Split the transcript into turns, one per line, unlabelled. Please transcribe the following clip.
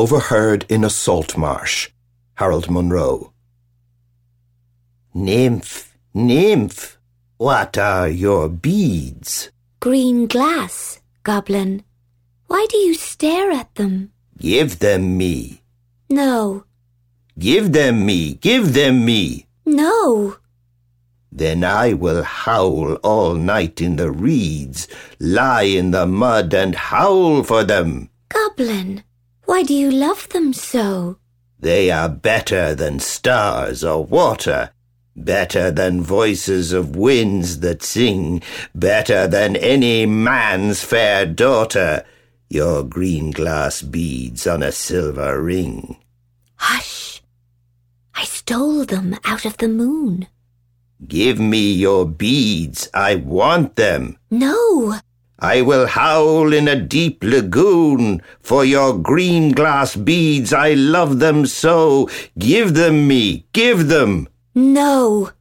Overheard in a salt marsh. Harold Munro.
Nymph, nymph, what are your beads?
Green glass, Goblin. Why do you stare at them?
Give them me.
No,
Give them me. Give them me.
no.
Then I will howl all night in the reeds, lie in the mud and howl for them.
Goblin, why do you love them so?
They are better than stars or water, better than voices of winds that sing, better than any man's fair daughter, your green glass beads on a silver ring.
Hush! I stole them out of the moon.
Give me your beads, I want them.
No,
I will howl in a deep lagoon for your green glass beads. I love them so. Give them me, give them.
no.